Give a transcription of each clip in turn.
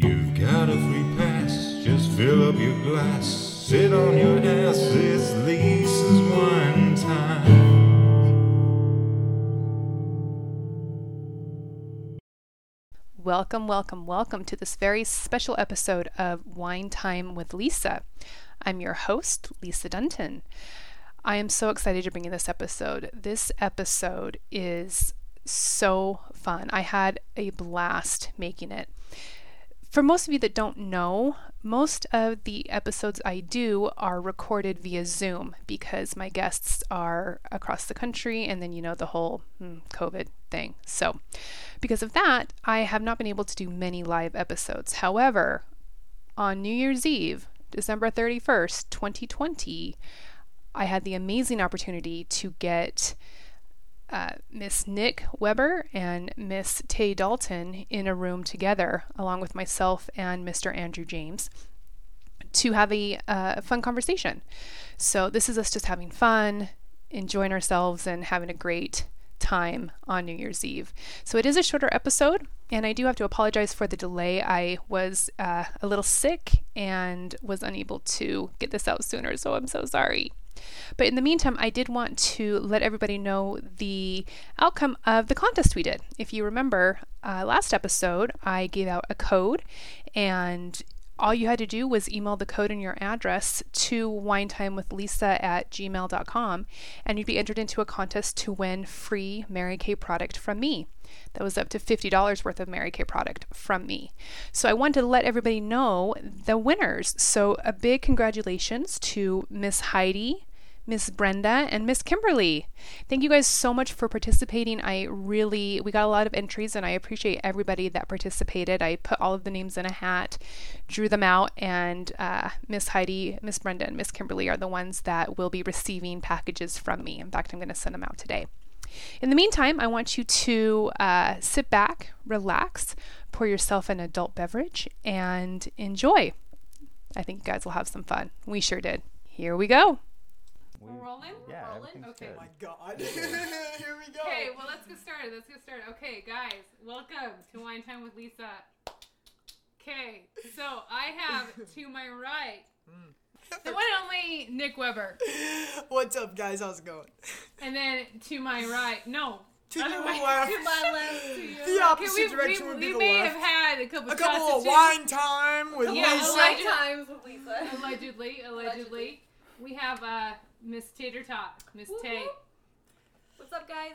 Got a free pass, just fill up your glass. Sit on your ass, it's Lisa's one time. Welcome, welcome, welcome to this very special episode of Wine Time with Lisa. I'm your host, Lisa Dunton. I am so excited to bring you this episode. This episode is so fun. I had a blast making it. For most of you that don't know, most of the episodes I do are recorded via Zoom because my guests are across the country and then, you know, the whole mm, COVID thing. So, because of that, I have not been able to do many live episodes. However, on New Year's Eve, December 31st, 2020, I had the amazing opportunity to get uh, Miss Nick Weber and Miss Tay Dalton in a room together, along with myself and Mr. Andrew James, to have a uh, fun conversation. So, this is us just having fun, enjoying ourselves, and having a great time on New Year's Eve. So, it is a shorter episode, and I do have to apologize for the delay. I was uh, a little sick and was unable to get this out sooner, so I'm so sorry. But in the meantime, I did want to let everybody know the outcome of the contest we did. If you remember uh, last episode, I gave out a code, and all you had to do was email the code and your address to winetimewithlisa at gmail.com, and you'd be entered into a contest to win free Mary Kay product from me. That was up to $50 worth of Mary Kay product from me. So I wanted to let everybody know the winners. So a big congratulations to Miss Heidi, Miss Brenda, and Miss Kimberly. Thank you guys so much for participating. I really, we got a lot of entries and I appreciate everybody that participated. I put all of the names in a hat, drew them out, and uh, Miss Heidi, Miss Brenda, and Miss Kimberly are the ones that will be receiving packages from me. In fact, I'm going to send them out today. In the meantime, I want you to uh, sit back, relax, pour yourself an adult beverage, and enjoy. I think you guys will have some fun. We sure did. Here we go. We're rolling? Yeah, We're rolling? everything's Okay. good. God. Here we go. Okay, well, let's get started. Let's get started. Okay, guys, welcome to Wine Time with Lisa. Okay, so I have to my right the one and only Nick Weber. What's up, guys? How's it going? And then to my right, no. To other your way, left. To my left. To your The left. opposite we, direction we, would be we the may left. have had a couple, A couple of prostitutes. wine time with Yeah, oh, Lisa. wine times with Oh, Lisa. Allegedly, allegedly, Allegedly. We have uh, Miss Tater Tot, Miss Whoop, Tay. whoop. What's up, guys?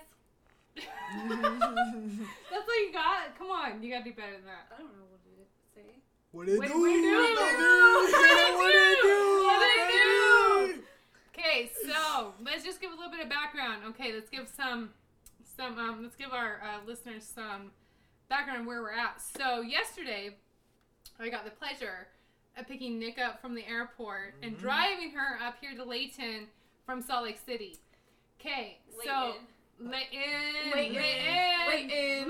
That's all you got? Come on, you gotta do better than that. I don't know what to say. What it do? What What it it do? do? What What it it do? do? What What it it do? Okay, so let's just give a little bit of background. Okay, let's give some, some, um, let's give our uh, listeners some background where we're at. So yesterday, I got the pleasure of picking Nick up from the airport and driving her up here to Layton from Salt Lake City. Okay, so Layton, Layton. Layton, Layton. Layton.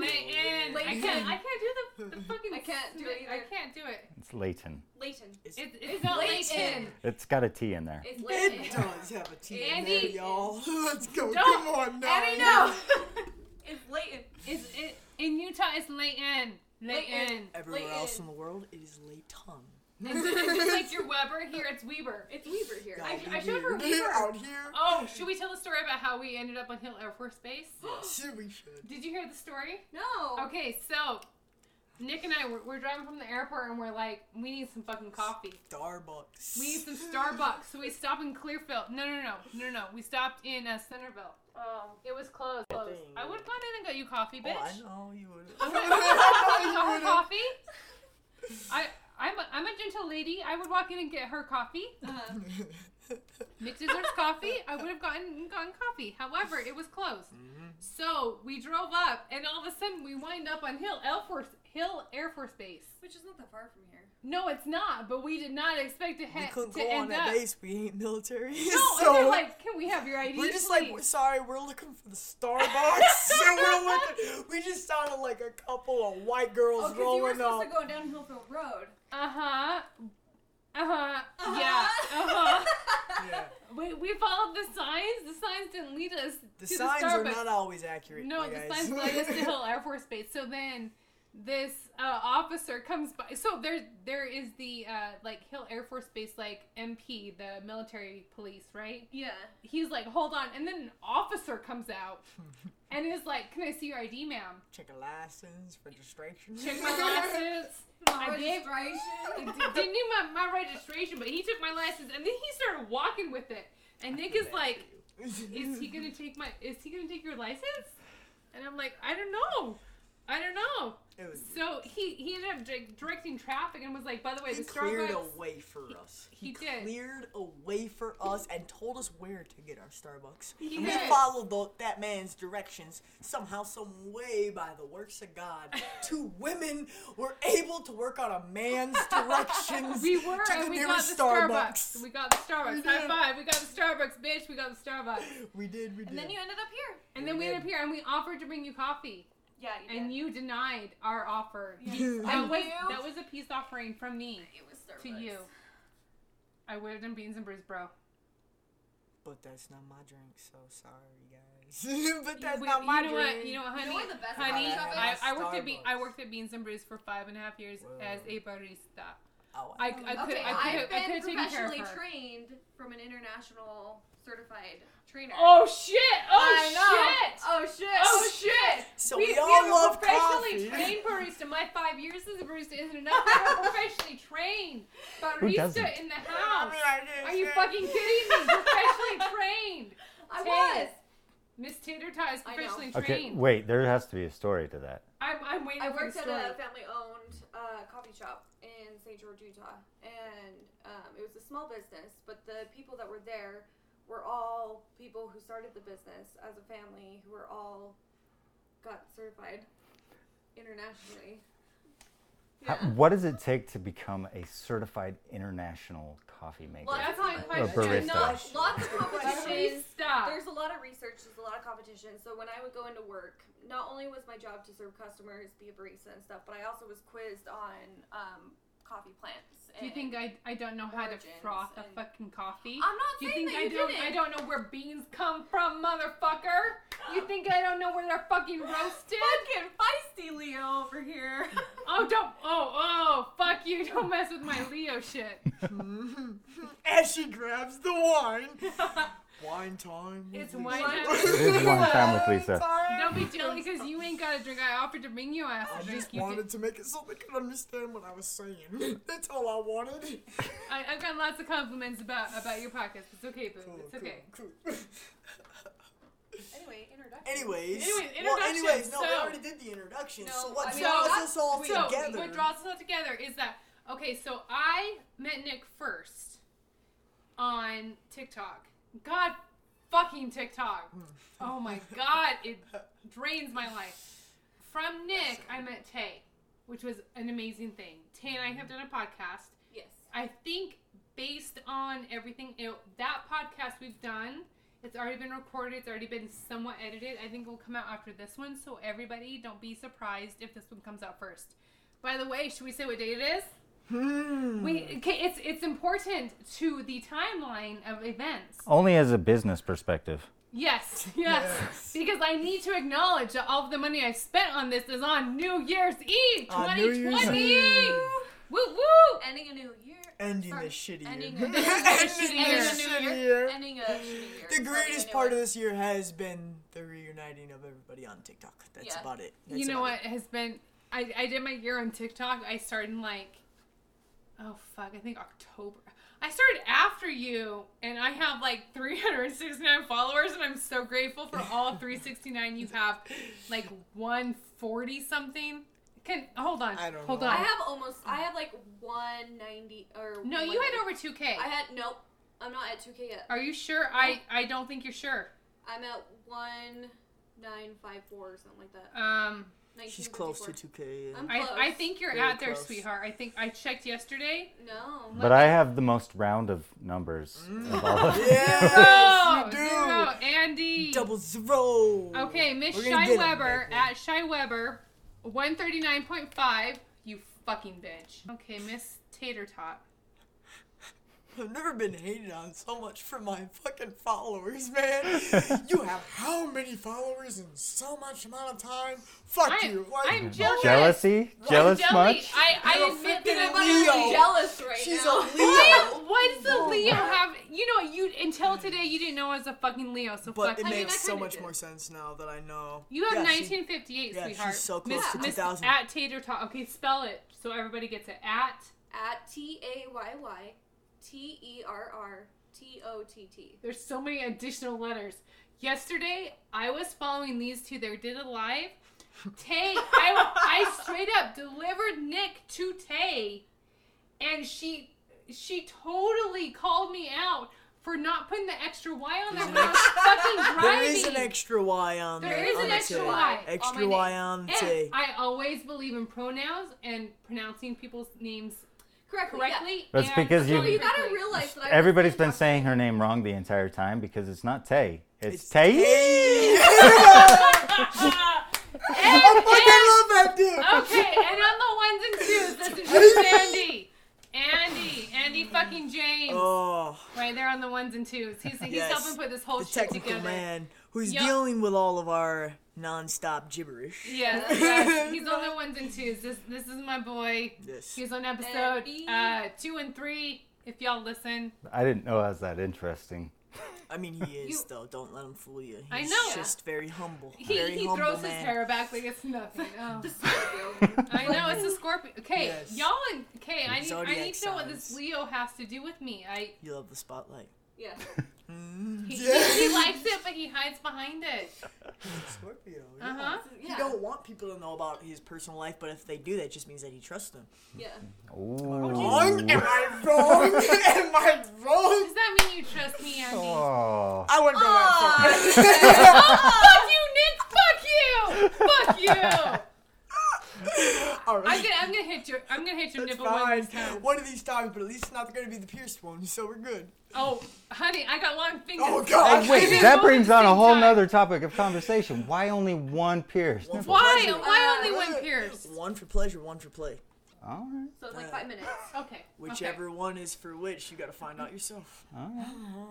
I Layton. can't, I can't do the, the fucking. I can't do it I either. can't do it. It's Leighton. Leighton. It's, it's not Layton. Layton. It's got a T in there. It's It Leighton. does have a T in Andy. there, y'all. Let's go. Don't- Come on now. Abby, no. it's Leighton. It's it in Utah. It's Layton. Layton. Layton. Everywhere Leighton. else in the world, it is Leighton. It's, it's just like your Weber. Here it's Weber. It's Weaver here. I- Gotta I be showed her weird. Weaver. out here. Oh, should we tell the story about how we ended up on Hill Air Force Base? Sure, we should. Did you hear the story? No. Okay, so Nick and I were, we're driving from the airport and we're like, we need some fucking coffee. Starbucks. We need some Starbucks. So we stopped in Clearfield. No, no, no, no, no. We stopped in uh, Centerville. Oh. It was closed. I closed. think- I would have gone in and got you coffee, Oh, I bitch. know you would. I got her I know coffee. I. I'm a, I'm a gentle lady. I would walk in and get her coffee. Uh, you would. Nick deserves coffee. I would have gotten gotten coffee. However, it was closed. So we drove up, and all of a sudden we wind up on Hill Air Force Hill Air Force Base. which is not that far from here. No, it's not. But we did not expect to, We ha- couldn't to go on end that up. base. We ain't military. No, so and they're like, "Can we have your ID?" we're just like, please?" we're sorry, we're looking for the Starbucks. and we're looking. We just sounded like a couple of white girls Oh, because you were rolling supposed up. to go down Hillfield Road. "Uh huh, uh huh, Uh-huh. yeah, uh huh." yeah. We we followed the signs. The signs didn't lead us The to signs the Starbucks. are not always accurate. No, my the guys. signs led us to Hill Air Force Base. So then this uh, officer comes by. So there, there is the uh, like Hill Air Force Base, like MP, the military police, right? Yeah. He's like, hold on, and then an officer comes out and is like, "Can I see your ID, ma'am? Check your license, registration. Check my license. I gave Registration. didn't need my, my registration, but he took my license and then he started walking with it. And Nick is like, Is he gonna take my is he gonna take your license? And I'm like, I don't know. I don't know. It was. So he, he ended up di- directing traffic and was like, by the way, He the cleared Starbucks. a way for us. He, he did. cleared a way for us and told us where to get our Starbucks. He and did. we followed tho- that man's directions somehow, some way, by the works of God. Two women were able to work on a man's directions We were to the and we got the nearest Starbucks. Starbucks. We got the Starbucks. We High did. five. We got the Starbucks, bitch. We got the Starbucks. We did. We did. and then you ended up here. And then we ended up here and we offered to bring you coffee. Yeah, you And did. you denied our offer. You- That was, you. that was a peace offering from me. It was Starbucks. to you. I would have done beans and brews, bro. but that's not my drink, so sorry, guys. but that's We- not my you know drink. what? You know what, honey? You know what the best honey, part of I, it I is? worked at be- Starbucks. I worked at Beans and Brews for five and a half years Whoa. as a barista. Oh, I, I could I could okay, have I I've could have been taken care of professionally her. trained from an international certified trainer. Oh shit! Oh I know. shit! Oh shit! Oh shit! So we, we all have love a professionally coffee. trained barista. My five years as a barista isn't enough. We have a professionally trained doesn't? barista in the I house. mean, I did Are you say- fucking kidding me? Professionally trained. I Taylor. was. Miss Tater Tot is I know. professionally Okay, trained. wait. There has to be a story to that. I'm, I'm waiting I for worked the at story. a family-owned uh, coffee shop in St. George, Utah, and um, it was a small business. But the people that were there were all people who started the business as a family, who were all got certified internationally. How, what does it take to become a certified international coffee maker? Lots That's of my com- question. there's Barista. not- Lots of competitions. Barista. There's a lot of research. There's a lot of competition. So when I would go into work, not only was my job to serve customers, be a barista and stuff, but I also was quizzed on um, coffee plants. Do you and- think I, I don't know how to Origins froth a and- fucking coffee? I'm not Do you saying think that I you don't didn't. I don't know where beans come from, motherfucker? You think I don't know where they're fucking roasted? fucking feisty Leo over here. oh don't oh oh fuck you, don't mess with my Leo shit. And she grabs the wine. wine time. It's wine it time. is one time with Lisa. Don't be jelly because you ain't got a drink. I offered to bring you ass I drink. just you wanted did- to make it so they could understand what I was saying. That's all I wanted. I, I've gotten lots of compliments about about your podcast. It's okay, boo. Cool, it's okay. cool, cool. anyway, introduction. anyways, Anyways, well, introduction, anyways, no, we so- already did the introduction. No, so what I mean, draws that- us all So together? what draws us all together is that okay. So I met Nick first on TikTok. God fucking TikTok. Hmm. Oh my god, it drains my life. From Nick, I met Tay, which was an amazing thing. Tay and I have done a podcast. Yes. I think based on everything it, that podcast we've done, it's already been recorded. It's already been somewhat edited. I think it will come out after this one. So everybody, don't be surprised if this one comes out first. By the way, should we say what day it is? We okay, it's it's important to the timeline of events. Only as a business perspective. Yes, yes, Yes. Because I need to acknowledge that all of the money I spent on this is on New Year's Eve, On New Year's 2020. Eve. Woo woo! Ending a new year. Ending Sorry, the shitty ending year. a- Ending year. the shitty year. Ending a shitty year. The Starting a greatest new part of one. this year has been the reuniting of everybody on TikTok. That's Yeah. about it. That's you know about what it. has been I, I did my year on tiktok i started in like oh fuck i think october i started after you and i have like 369 followers and i'm so grateful for all 369 you have like 140 something can hold on I don't hold know. on I have almost. I have like 190 or. no you 190. had over 2k I Oh. had nope. I'm not at 2k yet. are you sure i i don't think you're sure I'm at 1954 or something like that. um She's close to 2K. 1954. I'm- i Close. i think you're Very out there close. sweetheart i think i checked yesterday No. But I have the most round of numbers Mm. of all of yes, you do. Oh, zero andy Double zero. Okay, Miss We're Shy gonna get 'em, Weber Michael. at Shy Weber, one thirty nine point five. You fucking bitch. Okay, Miss Tater Tot. I've never been hated on so much from my fucking followers, man. you have how many followers in so much amount of time? Fuck I'm, you. Like, I'm jealous. Jealousy? I'm Jealous jelly. much? I, I You're a admit freaking that I'm Leo. jealous. jealous right She's a now. Leo. Why does the Leo have? You know, you until today you didn't know I was a fucking Leo. So fuck. But it you. makes I so kinda much did. more sense now that I know. You have Yeah, she- 1958, yeah, she's sweetheart. so close Miss, to Miss 2000. At Tater Tot. Okay, spell it so everybody gets it. At. At T A Y Y T E R R T O T T. There's so many additional letters. Yesterday, I was following these two. They did a live. Tay, I, I straight up delivered Nick to Tay, and she she totally called me out for not putting the extra Y on there when I was fucking driving. There is an extra Y on there. There is on an the extra T. Y. Extra on my Y name. on the And T. I always believe in pronouns and pronouncing people's names Correctly. correctly. That's and because you- Yeah. So you gotta correctly. realize that I Everybody's been saying her name wrong the entire time because it's not Tay. It's, It's Tay. I fucking love that dude. Okay, and on the ones and twos, this is just Andy. Andy, Andy fucking James, Oh, right there on the ones and twos. He's he's Yes. helping put this whole the shit technical together. man who's Yup. dealing with all of our non-stop gibberish. Yes, yes, he's on the ones and twos. This this is my boy. Yes. He's on episode Andy. uh, two and three. If y'all listen, I didn't know I was that interesting. I mean, he is You- though. Don't let him fool you. He's I know. just very humble. he, very he humble throws man. his hair back like it's nothing. Oh. Scorpio. I know it's a Scorpio. Okay, Yes. y'all. and- Okay, I need, I Zodiac need to know what this signs. Leo has to do with me. I You love the spotlight. yes. he, Yes. he likes it, but he hides behind it. Scorpio. Uh huh. You Yeah. don't want people to know about his personal life, but if they do, that just means that he trusts them. Yeah. Oh, Wrong? Am Ooh. I wrong? Am I wrong? Does that mean you trust me, Andy? Oh. I wouldn't go that far. Fuck you, Nick! Fuck you! Fuck you! All right. I'm gonna, I'm gonna hit your, I'm gonna hit your It's nipple one fine. this time. One of these times, but at least it's not going to be the pierced one, so we're good. Oh, honey, I got long fingers. Oh, God. Hey, They wait, did that both at brings the on a same whole time. nother topic of conversation. Why only one pierced? One for Why? pleasure. Why Uh, only one pierced? One for pleasure, one for play. All right. So it's like five minutes. Okay. Whichever one is for which, you got to find out yourself.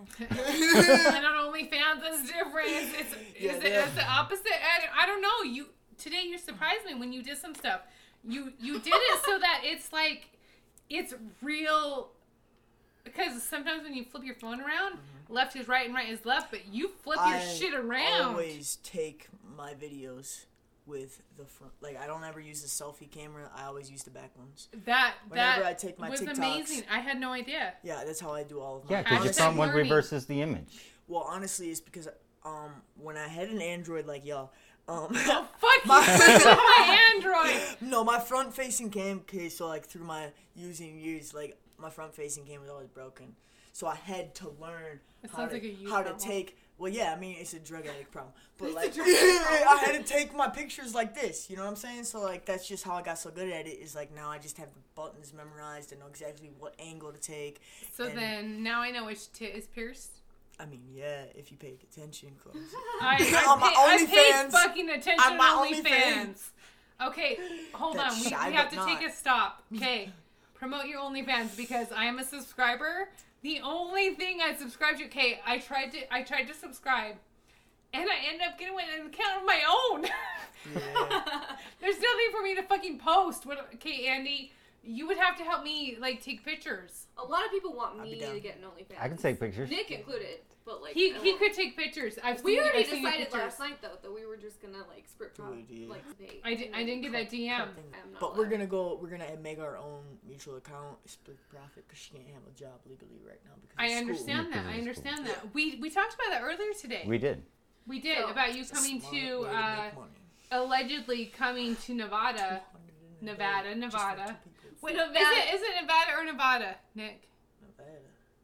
Okay. And on OnlyFans, it's different. It's, it's, Yeah, is it, yeah. it's the opposite? I, I don't know. You today, you surprised me when you did some stuff. You, you did it so that it's like, it's real. Because sometimes when you flip your phone around, left is right and right is left, but you flip your Mm-hmm. I shit around. always take my videos with the front. Like, I don't ever use the selfie camera. I always use the back ones. That Whenever that I take my was TikToks. amazing. I had no idea. Yeah, that's how I do all of my Yeah, because your Hashtag front one learning. reverses the image. Well, honestly, it's because um when I had an Android like y'all, um Fuck My- you with my Android. no, my front facing cam case so like through my using years, like my front facing cam was always broken. So I had to learn how sounds to, like a you how to problem. take well yeah, I mean it's a drug addict problem. But It's a like drug addict problem. I had to take my pictures like this, you know what I'm saying? So like that's just how I got so good at it is like now I just have the buttons memorized and know exactly what angle to take. So and- then now I know which tit is pierced. I mean, yeah, if you paid attention close. I, I, On my pay- I paid OnlyFans. fucking attention On on my OnlyFans. Okay, hold That on. We, we shy have to but take not. a stop. Okay, promote your OnlyFans because I am a subscriber. The only thing I subscribe to. Okay, I tried to I tried to subscribe, and I ended up getting an account of my own. There's nothing for me to fucking post. What? Okay, Andy, you would have to help me like take pictures. A lot of people want me be down. to get an OnlyFans. I can take pictures. Nick included, but like He I he won't. could take pictures. I've We seen- already I've seen your decided pictures. last night though that we were just gonna like script out Dude, yeah. like the page. I, di- I didn't get that DM. I'm not But we're allowed. gonna go. We're gonna make our own mutual account, split the profit, because she can't have a job legally right now. Because I of school. understand that. I understand that. We we talked about that earlier today. We did. We did So- about you It's a coming smart to way uh, make money. allegedly coming to Nevada, $200 in a day, Nevada, just for Nevada. two people. Wait, Nevada. Is it is it Nevada or Nevada, Nick? Nevada.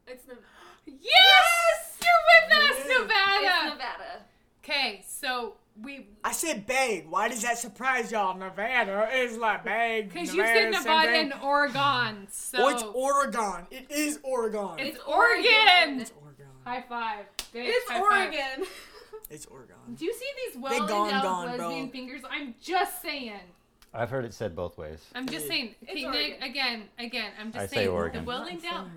It's, Nevada. Yes, you're with us, it's Nevada. Nevada. Okay, so we I said bag. Why does that surprise y'all? Nevada is like bag. because you said Nevada, same Nevada thing. and Oregon, so Oh, it's Oregon. It is Oregon. It's It's, Oregon. It's Oregon. High five. bitch, It's high five. Oregon. It's Oregon. Do you see these well gone, endowed gone, lesbian bro. fingers? I'm just saying. I've heard it said both ways. I'm just Dude. saying. Okay, It's Nick, Oregon. again, again. I'm just I say saying. Oregon. The well endowed.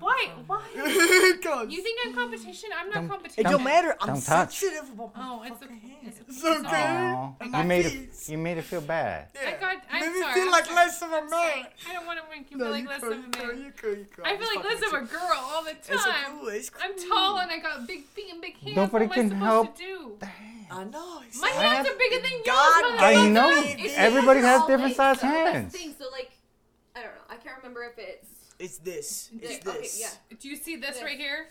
Why? Why? Cause You think I'm competition? I'm not Don't- it competition. don't matter. I'm Don't touch. sensitive about my Oh, it's fucking okay. hands. It's It's okay. okay. Aw, I you got made these. it. You made it feel bad. I got. I'm Made me sorry. feel I'm like sorry. less of a I'm sorry. man. I don't want to make you No, feel like you less could, of a you could, man. you could, you could. I I'm feel like fucking less of with a you. girl all the It's time. cool. It's cool. I'm tall and I got big feet and big hands. Nobody what am I can supposed help. to do? I know. it's My like- I hands have- are bigger than yours. God motherfucker. I know. It's- Everybody They're has all linked, different sized though. That's the hands. thing, So like, I don't know. I can't remember if it's It's this. It's okay, this. yeah. Do you see this right here?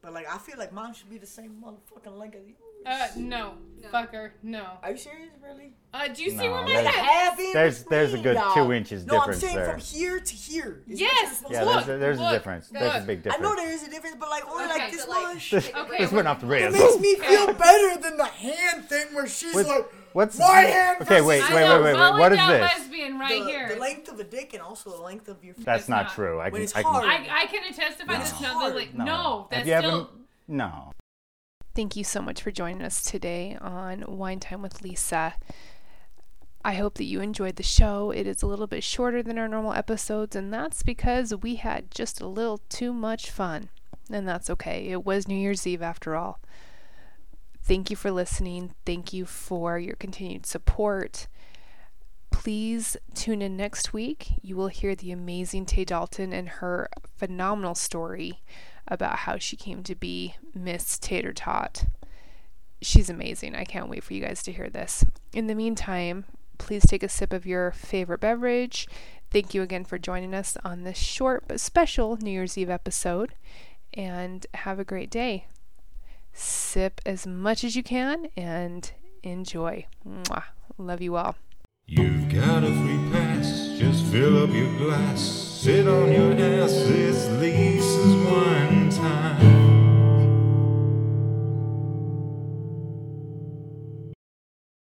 But like, I feel like mine should be the same motherfucking length as yours. Uh, no, No. fucker, no. Are you serious, really? Uh, do you see No, where my Like a that's- head? half inch There's- there's a between, good dog. two inches no, difference I'm saying there. from here to here. Is Yes, what Yeah, you're look, supposed there's to a, there's look, a difference. There's look. a big do. I difference. know there is a difference, but like only Okay, like this so, like- much. This, Okay, this wait. went off the It rails. makes me feel better than the hand thing where she's What's- like, what's- my hand? okay, I versus wait, wait, yours. know, wait, wait, calling what is out this? lesbian right the, here. the length of a dick and also the length of your. That's It's not not. true. I When can. it's I can hard. I, I can attest to fact It's that's not the hard. link. No, that's Have you ever- still. No. Thank you so much for joining us today on Wine Time with Lisa. I hope that you enjoyed the show. It is a little bit shorter than our normal episodes, and that's because we had just a little too much fun. And that's okay. It was New Year's Eve after all. Thank you for listening. Thank you for your continued support. Please tune in next week. You will hear the amazing Tay Dalton and her phenomenal story about how she came to be Miss Tater Tot. She's amazing. I can't wait for you guys to hear this. In the meantime, please take a sip of your favorite beverage. Thank you again for joining us on this short but special New Year's Eve episode, and have a great day. Sip as much as you can and enjoy. Mwah. Love you all. You've got a free pass, just fill up your glass, sit on your ass, it's Lisa's wine.